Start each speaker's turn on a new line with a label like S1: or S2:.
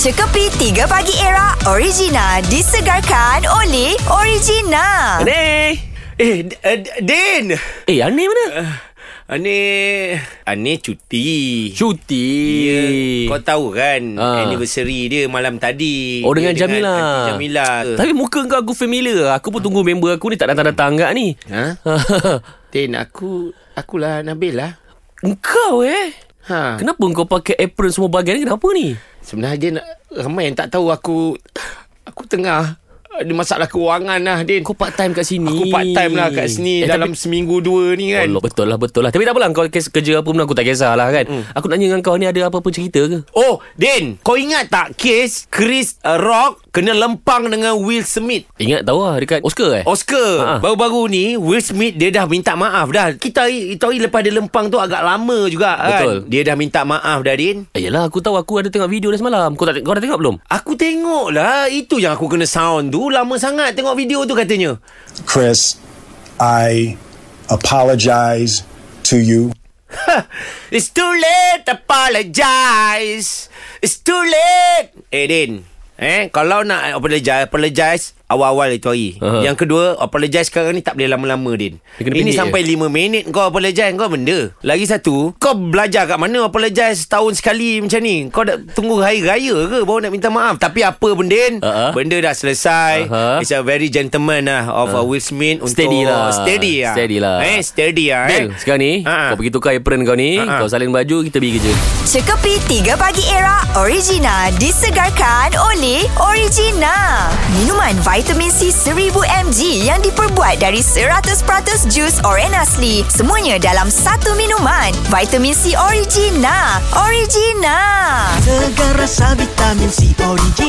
S1: Cekapi 3 Pagi Era Original disegarkan oleh Original.
S2: Ani.
S3: Eh, D- uh, D- Din.
S2: Eh, Ani mana?
S3: Ani Ani cuti.
S2: Cuti.
S3: Ya, kau tahu kan
S2: Ah.
S3: anniversary dia malam tadi.
S2: Oh dengan
S3: Dia
S2: Jamila.
S3: Aunty Jamila.
S2: Tapi muka kau aku familiar. lah. Aku pun tunggu member aku ni tak datang-datang enggak ni.
S3: ha? Din aku akulah Nabil lah.
S2: Engkau eh.
S3: Ha.
S2: Kenapa kau pakai apron semua bagian ni? Kenapa ni?
S3: Sebenarnya Din ramai yang tak tahu aku aku tengah ada masalah keuangan lah Din.
S2: Kau part time kat sini.
S3: Aku part time lah kat sini eh, dalam tapi... seminggu dua ni kan.
S2: Allah, betul lah, betul lah. Tapi tak apalah kau kes- kerja apa pun aku tak kisahlah kan. Hmm. Aku nak tanya dengan kau ni ada apa-apa cerita ke?
S3: Oh, Din, kau ingat tak kes Chris uh, Rock kena lempang dengan Will Smith?
S2: Ingat tahu lah dekat Oscar eh? Ha.
S3: Oscar Baru-baru ni Will Smith Dia dah minta maaf dah Kita hari- kita hari lepas dia lempang tu Agak lama juga kan
S2: Betul.
S3: Dia dah minta maaf dah Din
S2: Ayolah Eh, aku tahu aku ada tengok video dia semalam. Kau tak kau dah tengok belum?
S3: Aku tengok lah Itu yang aku kena sound tu Lama sangat tengok video tu katanya
S4: Chris, I apologize to you.
S3: It's too late Apologize It's too late Eh Din Eh Kalau nak apologize Apologize Awal-awal itu hari
S2: Aha.
S3: uh-huh. Yang kedua Apologize sekarang ni Tak boleh lama-lama Din
S2: Dia kena
S3: Ini
S2: pendek
S3: sampai 5 minit Kau apologize Kau benda Lagi satu Kau belajar kat mana Apologize setahun sekali Macam ni Kau dah tunggu hari raya ke Baru nak minta maaf Tapi apa benda Din
S2: Aha.
S3: Benda dah selesai
S2: Aha.
S3: It's a very gentleman lah Of uh Will Smith untuk-
S2: Uh-huh. Steady lah.
S3: Steady lah
S2: Steady lah.
S3: Eh steady lah eh.
S2: Bil, sekarang ni
S3: Ha.
S2: kau pergi tukar apron kau ni,
S3: Ha-ha.
S2: kau salin baju, kita pergi kerja.
S1: Cekapi 3 Pagi Era Original disegarkan oleh Original. Minuman vitamin C 1000 mg yang diperbuat dari 100% jus oren asli. Semuanya dalam satu minuman. Vitamin C Original. Original.
S5: Segar rasa vitamin C original